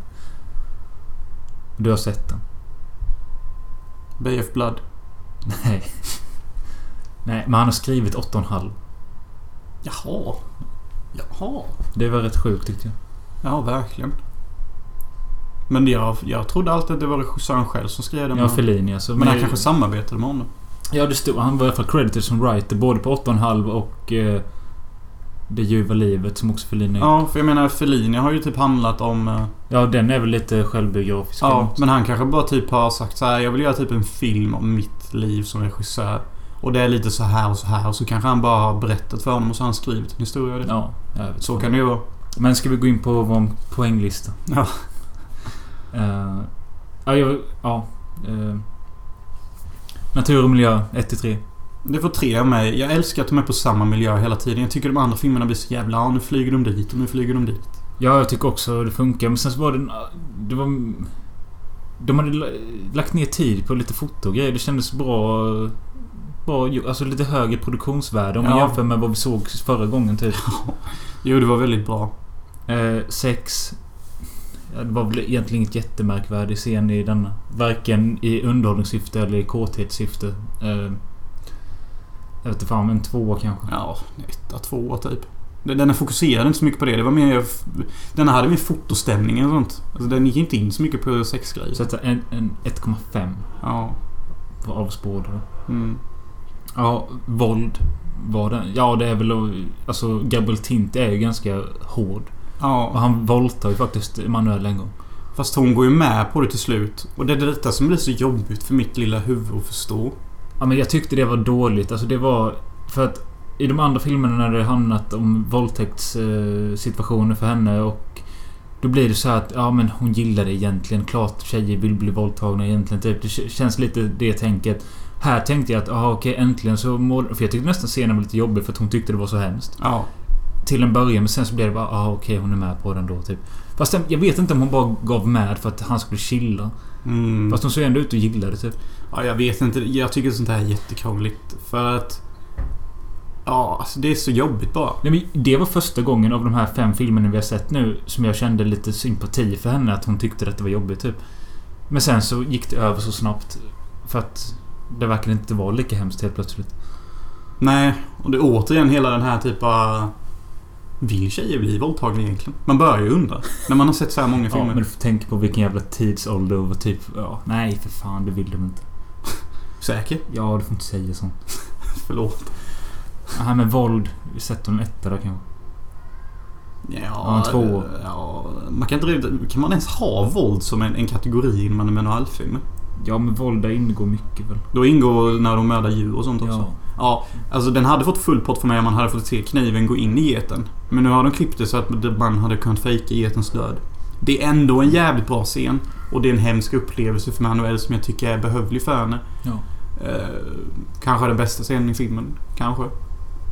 B: Du har sett den.
A: Bay of Blood?
B: Nej. Nej, men han har skrivit 8,5.
A: Jaha. Jaha.
B: Det var rätt sjukt tyckte jag.
A: Ja, verkligen. Men jag, jag trodde alltid att det var regissören själv som skrev den.
B: Ja,
A: men-
B: Fellini alltså.
A: men han kanske samarbetade med honom.
B: Ja, det stod. Han var i alla fall credited som writer både på 8,5 och... Eh, det ljuva livet som också Fellini ja.
A: Ja, för jag menar Fellini har ju typ handlat om... eh,
B: ja, den är väl lite självbiografisk.
A: Ja, men han kanske bara typ har sagt så här. Jag vill göra typ en film om mitt liv som regissör. Och det är lite så här och så här. Och så kanske han bara har berättat för honom och så har han skrivit en historia av det.
B: Ja, jag vet
A: Så
B: inte.
A: kan det ju vara.
B: Men ska vi gå in på vår poänglista?
A: Ja.
B: Eh, ja, jag, ja eh, natur och miljö 1-3.
A: Det får tre av mig. Jag älskar att de är på samma miljö hela tiden. Jag tycker de andra filmerna blir så jävla... Ja, nu flyger de dit och nu flyger de dit.
B: Ja, jag tycker också det funkar. Men sen så var det... en- Det var... De hade la- lagt ner tid på lite fotogrejer. Det kändes bra... Bra, ju- alltså lite högre produktionsvärde om man
A: Ja.
B: jämför med vad vi såg förra gången typ.
A: Jo, det var väldigt bra.
B: Eh, sex... Ja, det var väl egentligen inget jättemärkvärdig scen i denna. Varken i underhållningssyfte eller i kåthetssyfte. Eh, jag vet inte fan, en tvåa kanske.
A: Ja, etta, tvåa typ. Den den här fokuserade inte så mycket på det. Det var mer... Den här hade mer fotostämning och sånt. Alltså, den gick inte in så mycket på sexgrejer.
B: Så att en, en 1,5
A: Ja.
B: var avspårade.
A: Mm.
B: Ja, våld var den. Ja, det är väl... Alltså, Gabriel Tint är ju ganska hård.
A: Ja.
B: Och han våldtar ju faktiskt Emanuel en gång.
A: Fast hon går ju med på det till slut. Och det är detta som blir så jobbigt för mitt lilla huvud att förstå.
B: Ja, men jag tyckte det var dåligt. Alltså det var... För att i de andra filmerna när det handlat om våldtäktssituationer eh, situationer för henne och... Då blir det så här att ja men hon gillar det egentligen. Klart tjejer vill bli våldtagna egentligen. Typ. Det k- känns lite det tänket. Här tänkte jag att aha, okej äntligen så mår... För jag tyckte nästan scenen var lite jobbig för att hon tyckte det var så hemskt.
A: Ja.
B: Till en början men sen så blev det bara ah, okej hon är med på den då typ. Fast den, jag vet inte om hon bara gav med för att han skulle chilla.
A: Mm.
B: Fast hon såg ändå ut att gilla det typ.
A: Ja, jag vet inte. Jag tycker sånt här är jättekrångligt. För att... Ja, alltså det är så jobbigt bara.
B: Nej, men det var första gången av de här fem filmerna vi har sett nu som jag kände lite sympati för henne. Att hon tyckte att det var jobbigt typ. Men sen så gick det över så snabbt. För att det verkar inte vara lika hemskt helt plötsligt.
A: Nej, och det är återigen hela den här typ av... Vill tjejer bli våldtagna egentligen? Man börjar ju undra. När man har sett så här många
B: Ja,
A: filmer.
B: men du får tänka på vilken jävla tidsålder och vad typ... Ja, nej för fan, det vill de inte.
A: Säker?
B: Ja, du får inte säga sånt.
A: Förlåt.
B: Nej men våld. Vi sätter en etta där kanske.
A: Ja,
B: Ja, en två.
A: Ja, man kan, inte, riktigt- kan man ens ha våld som en, en kategori inom anime och alfilmer?
B: Ja men våld där ingår mycket väl.
A: Då ingår när de mördar djur och sånt också.
B: Ja.
A: Ja, alltså den hade fått full pott för mig om man hade fått se kniven gå in i geten. Men nu har de klippt det så att man hade kunnat fejka getens död. Det är ändå en jävligt bra scen. Och det är en hemsk upplevelse för Manuel som jag tycker är behövlig för henne.
B: Ja.
A: Eh, kanske den bästa scenen i filmen. Kanske.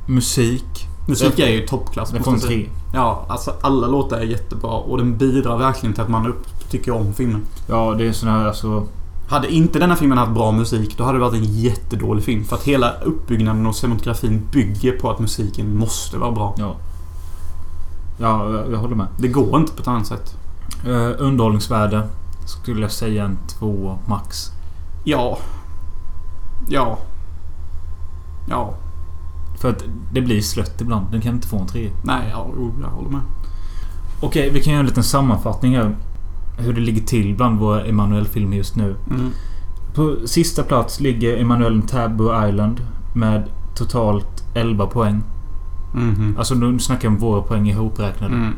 B: Musik.
A: Musik är ju toppklass.
B: Det
A: måste
B: får en
A: jag säga.
B: tre.
A: Ja, alltså alla låtar är jättebra och den bidrar verkligen till att man upp, tycker om filmen.
B: Ja, det är sån här alltså...
A: Hade inte denna filmen haft bra musik, då hade det varit en jättedålig film. För att hela uppbyggnaden och scenografin bygger på att musiken måste vara bra.
B: Ja. Ja, jag, jag håller med.
A: Det går inte på ett annat sätt.
B: Uh, underhållningsvärde. Skulle jag säga en två max.
A: Ja. Ja. Ja.
B: För att det blir slött ibland. Den kan inte få en tre.
A: Nej, ja, jo, jag håller med.
B: Okej, vi kan göra en liten sammanfattning här. Hur det ligger till bland våra Emanuel-filmer just nu.
A: Mm.
B: På sista plats ligger Emanuel Taboo Island med totalt 11 poäng.
A: Mhm.
B: Alltså nu snackar jag om våra poäng ihopräknade.
A: Mm.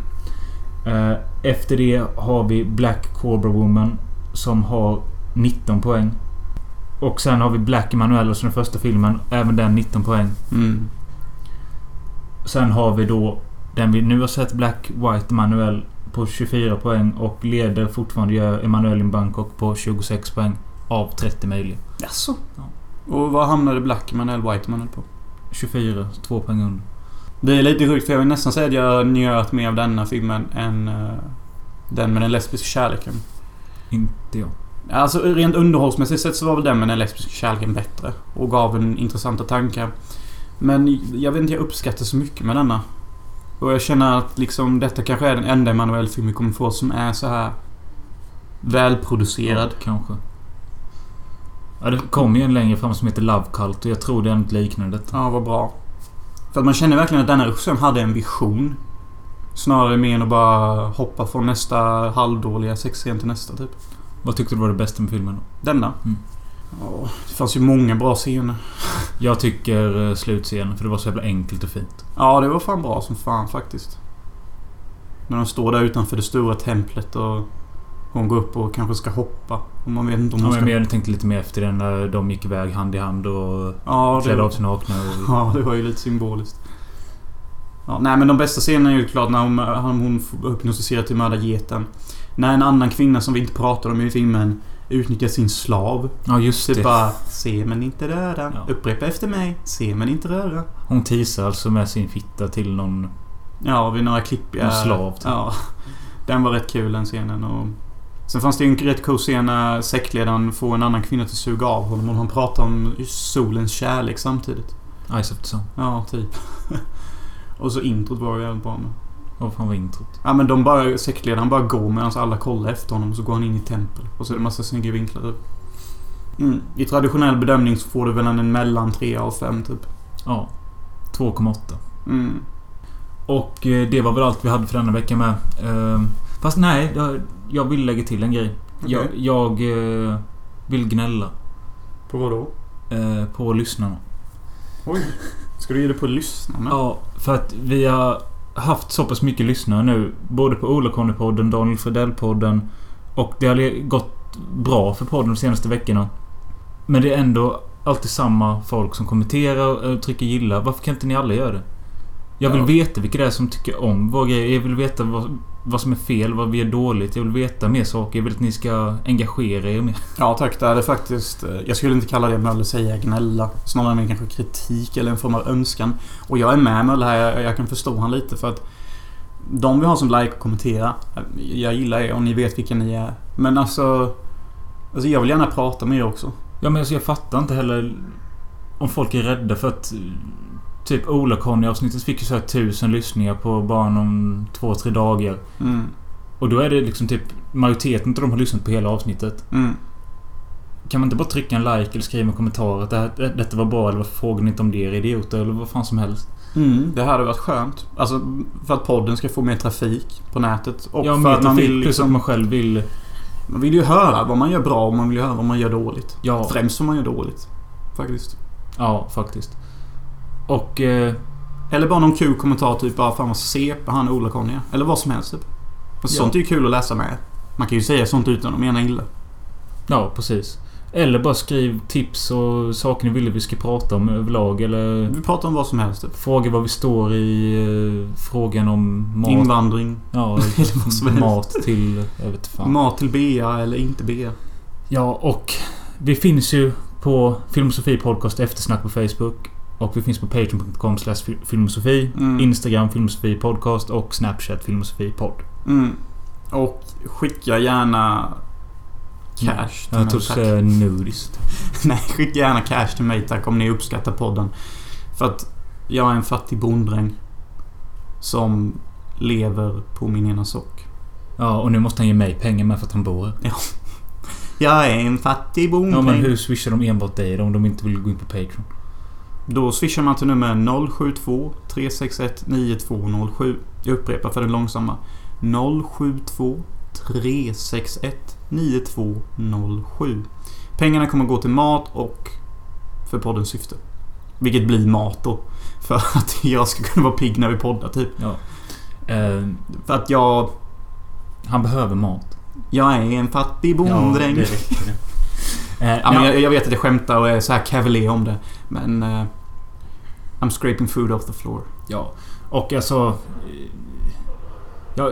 B: Eh, efter det har vi Black Cobra Woman som har 19 poäng. Och sen har vi Black Emanuel, alltså den första filmen. Även den 19 poäng.
A: Mm.
B: Sen har vi då den vi nu har sett, Black White Emanuel på 24 poäng och leder fortfarande gör Emanuel in Bangkok på 26 poäng av 30 möjliga.
A: Jaså?
B: Ja.
A: Och vad hamnade Blackman eller Whiteman på?
B: 24, två poäng under.
A: Det är lite sjukt för jag vill nästan säga att jag njöt mer av denna filmen än eh, den med den lesbiska kärleken.
B: Inte jag.
A: Alltså rent underhållsmässigt sett så var väl den med den lesbiska kärleken bättre. Och gav en intressanta tankar. Men jag vet inte, jag uppskattar så mycket med denna. Och jag känner att liksom detta kanske är den enda Emanuel-film vi kommer få som är så här välproducerad.
B: Ja, Kanske. Ja, det kommer ju en längre fram som heter Love Cult och jag tror det är något liknande.
A: Ja, vad bra. För att man känner verkligen att denna regissören hade en vision. Snarare mer än att bara hoppa från nästa halvdåliga sexscen till nästa typ.
B: Vad tyckte du var det bästa med filmen?
A: Denna.
B: Mm.
A: Ja, det fanns ju många bra scener.
B: Jag tycker eh, slutscenen, för det var så jävla enkelt och fint.
A: Ja, det var fan bra som fan faktiskt. När de står där utanför det stora templet och hon går upp och kanske ska hoppa. Och man vet inte om
B: Ja,
A: hon
B: men
A: ska...
B: jag tänkte lite mer efter den när de gick iväg hand i hand och
A: Ja,
B: klädde av
A: det...
B: sig nakna. och-
A: (laughs) ja, det var ju lite symboliskt. Ja, nej, men de bästa scenerna är ju klart när hon, han- hon hypnotiserar till att mörda geten. När en annan kvinna som vi inte pratar om i filmen utnyttjar sin slav.
B: Ja, just
A: Typ
B: det.
A: bara Se men inte röra.
B: Ja.
A: Upprepa efter mig. Se men inte röra.
B: Hon teasar alltså med sin fitta till någon...
A: Ja, vid några klippiga...
B: Någon slav, typ.
A: Ja. Den var rätt kul den scenen och... Sen fanns det ju en rätt cool scen när sektledaren får en annan kvinna till att suga av honom och han pratar om solens kärlek samtidigt.
B: Ice of the Sun.
A: Ja, typ. (laughs) och så introt var ju jävligt bra med.
B: Vad fan var introt?
A: Ja men de bara... Sektledaren bara går medan alla kollar efter honom så går han in i tempel. Och så är det massa snygga vinklar typ. Mm. I traditionell bedömning så får du väl en mellan 3 och 5 typ.
B: Ja. 2,8.
A: Mm.
B: Och eh, det var väl allt vi hade för denna vecka med. Ehm, Fast nej, jag- jag vill lägga till en grej. Jag,
A: Okej.
B: jag eh, vill gnälla
A: På vad då?
B: eh, på lyssnarna.
A: Oj. Ska du ge det på lyssnarna?
B: Ja, för att vi har haft så pass mycket lyssnare nu. Både på Ola Conny-podden, Daniel Fredell-podden Och det har le- gått bra för podden de senaste veckorna. Men det är ändå alltid samma folk som kommenterar och trycker gilla. Varför kan inte ni alla göra det? Jag vill
A: Ja.
B: veta vilka det är som tycker om våra grejer. Jag vill veta vad, vad som är fel, vad vi gör dåligt. Jag vill veta mer saker. Jag vill att ni ska engagera er mer.
A: Ja tack, det är det faktiskt... eh, Jag skulle inte kalla det Möller säger gnälla. Snarare mer kanske kritik eller en form av önskan. Och jag är med Möller här, jag, jag kan förstå han lite för att... De vi har som like och kommentera, eh, jag gillar er och ni vet vilka ni är. Men alltså... Alltså jag vill gärna prata med er också.
B: Ja men alltså, jag fattar inte heller om folk är rädda för att... eh, Typ Ola-Conny avsnittet fick ju så här tusen lyssningar på bara någon två, tre dagar.
A: Mm.
B: Och då är det liksom typ majoriteten av de har lyssnat på hela avsnittet.
A: Mm.
B: Kan man inte bara trycka en like eller skriva en kommentar att det här, det, detta var bra eller varför frågar ni inte om det er idioter eller vad fan som helst.
A: Mm, det hade varit skönt. Alltså för att podden ska få mer trafik på nätet. Och
B: Och ja,
A: för att man vill,
B: plus att
A: liksom,
B: man själv vill...
A: man vill ju höra vad man gör bra och man vill ju höra vad man gör dåligt.
B: Ja,
A: Främst vad man gör dåligt. Faktiskt.
B: ja faktiskt. Och... Eh,
A: Eller bara någon kul kommentar typ bara fan vad CP han Ola Conny är." Eller vad som helst typ. Alltså,
B: Ja.
A: Sånt är ju kul att läsa med. Man kan ju säga sånt utan att mena illa.
B: ja, precis. Eller bara skriv tips och saker ni vill att vi ska prata om överlag eller...
A: Vi pratar om vad som helst typ.
B: Fråga vad vi står i eh, frågan om mat.
A: Invandring, (laughs)
B: Ja, liksom
A: Eller vad som helst.
B: mat till... Jag vet fan.
A: mat till BA eller inte BA.
B: Ja, och vi finns ju på Filmosofi Podcast Eftersnack på Facebook. Och vi finns på patreon.com slash filmosofi.
A: Mm.
B: Instagram Filmosofi Podcast och Snapchat Filmosofi Pod.
A: Mm. Och skicka gärna cash till
B: Jag
A: mig,
B: tror
A: tack.
B: det är nudist.
A: (laughs) Nej, skicka gärna cash till mig tack om ni uppskattar podden. För att jag är en fattig bonddräng. Som lever på min ena sock.
B: Ja, och nu måste han ge mig pengar med för att han bor här.
A: Jag är en fattig
B: Ja, men
A: bonddräng.
B: hur swishar de enbart dig då om de inte vill gå in på Patreon?
A: Då swishar man till nummer 072 361 9207. Jag upprepar för den långsamma. 072 361 9207. Pengarna kommer gå till mat och för poddens syfte. Vilket blir mat då. (laughs) För att jag ska kunna vara pigg när vi poddar typ.
B: Eh,
A: För att jag,
B: han behöver mat.
A: jag är en fattig
B: Ja,
A: bonddräng.
B: det
A: Ja,
B: räcker
A: (laughs)
B: det. Eh,
A: men
B: ja.
A: jag, jag vet att jag skämtar och är så här cavalier om det. Men... eh, I'm scraping food off the floor.
B: Ja, och alltså... eh, Ja,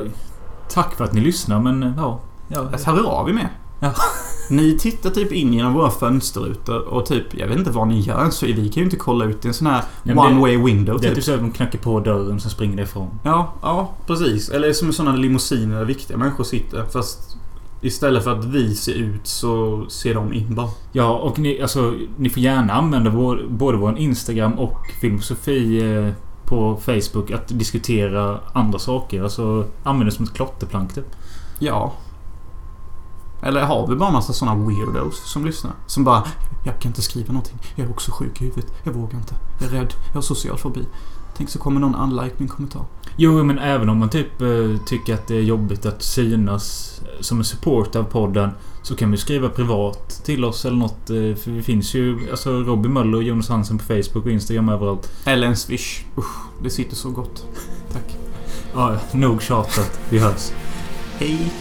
B: tack för att ni lyssnar, men eh, ja... ja
A: Alltså, hör av er med.
B: Ja.
A: (laughs) Ni tittar typ in genom våra fönsterrutor och typ, jag vet inte vad ni gör så vi kan ju inte kolla ut i en sån här
B: men
A: one
B: det-
A: way window
B: det
A: typ.
B: är typ så att de knackar på dörren, sen springer det ifrån.
A: Ja, ja, precis. Eller som sådana limousiner där viktiga människor sitter. Fast istället för att vi ser ut så ser de in bara.
B: Ja, och ni, alltså, ni får gärna använda vår, både vår Instagram och Filmosofi eh, på Facebook att diskutera andra saker. Alltså, använd det som ett klotterplank typ.
A: Ja. Eller har vi bara massa sådana weirdos som lyssnar? Som bara Jag kan inte skriva någonting. Jag är också sjuk i huvudet. Jag vågar inte. Jag är rädd. Jag har social fobi. Tänk så kommer någon unlike min kommentar.
B: Jo, men även om man typ eh, tycker att det är jobbigt att synas eh, som en support av podden så kan vi skriva privat till oss eller något. eh, För vi finns ju, alltså Robin Möller och Jonas Hansen på Facebook och Instagram överallt.
A: Eller en swish. Usch, det sitter så gott. Tack.
B: Ja, nog tjatat. Vi hörs.
A: Hej!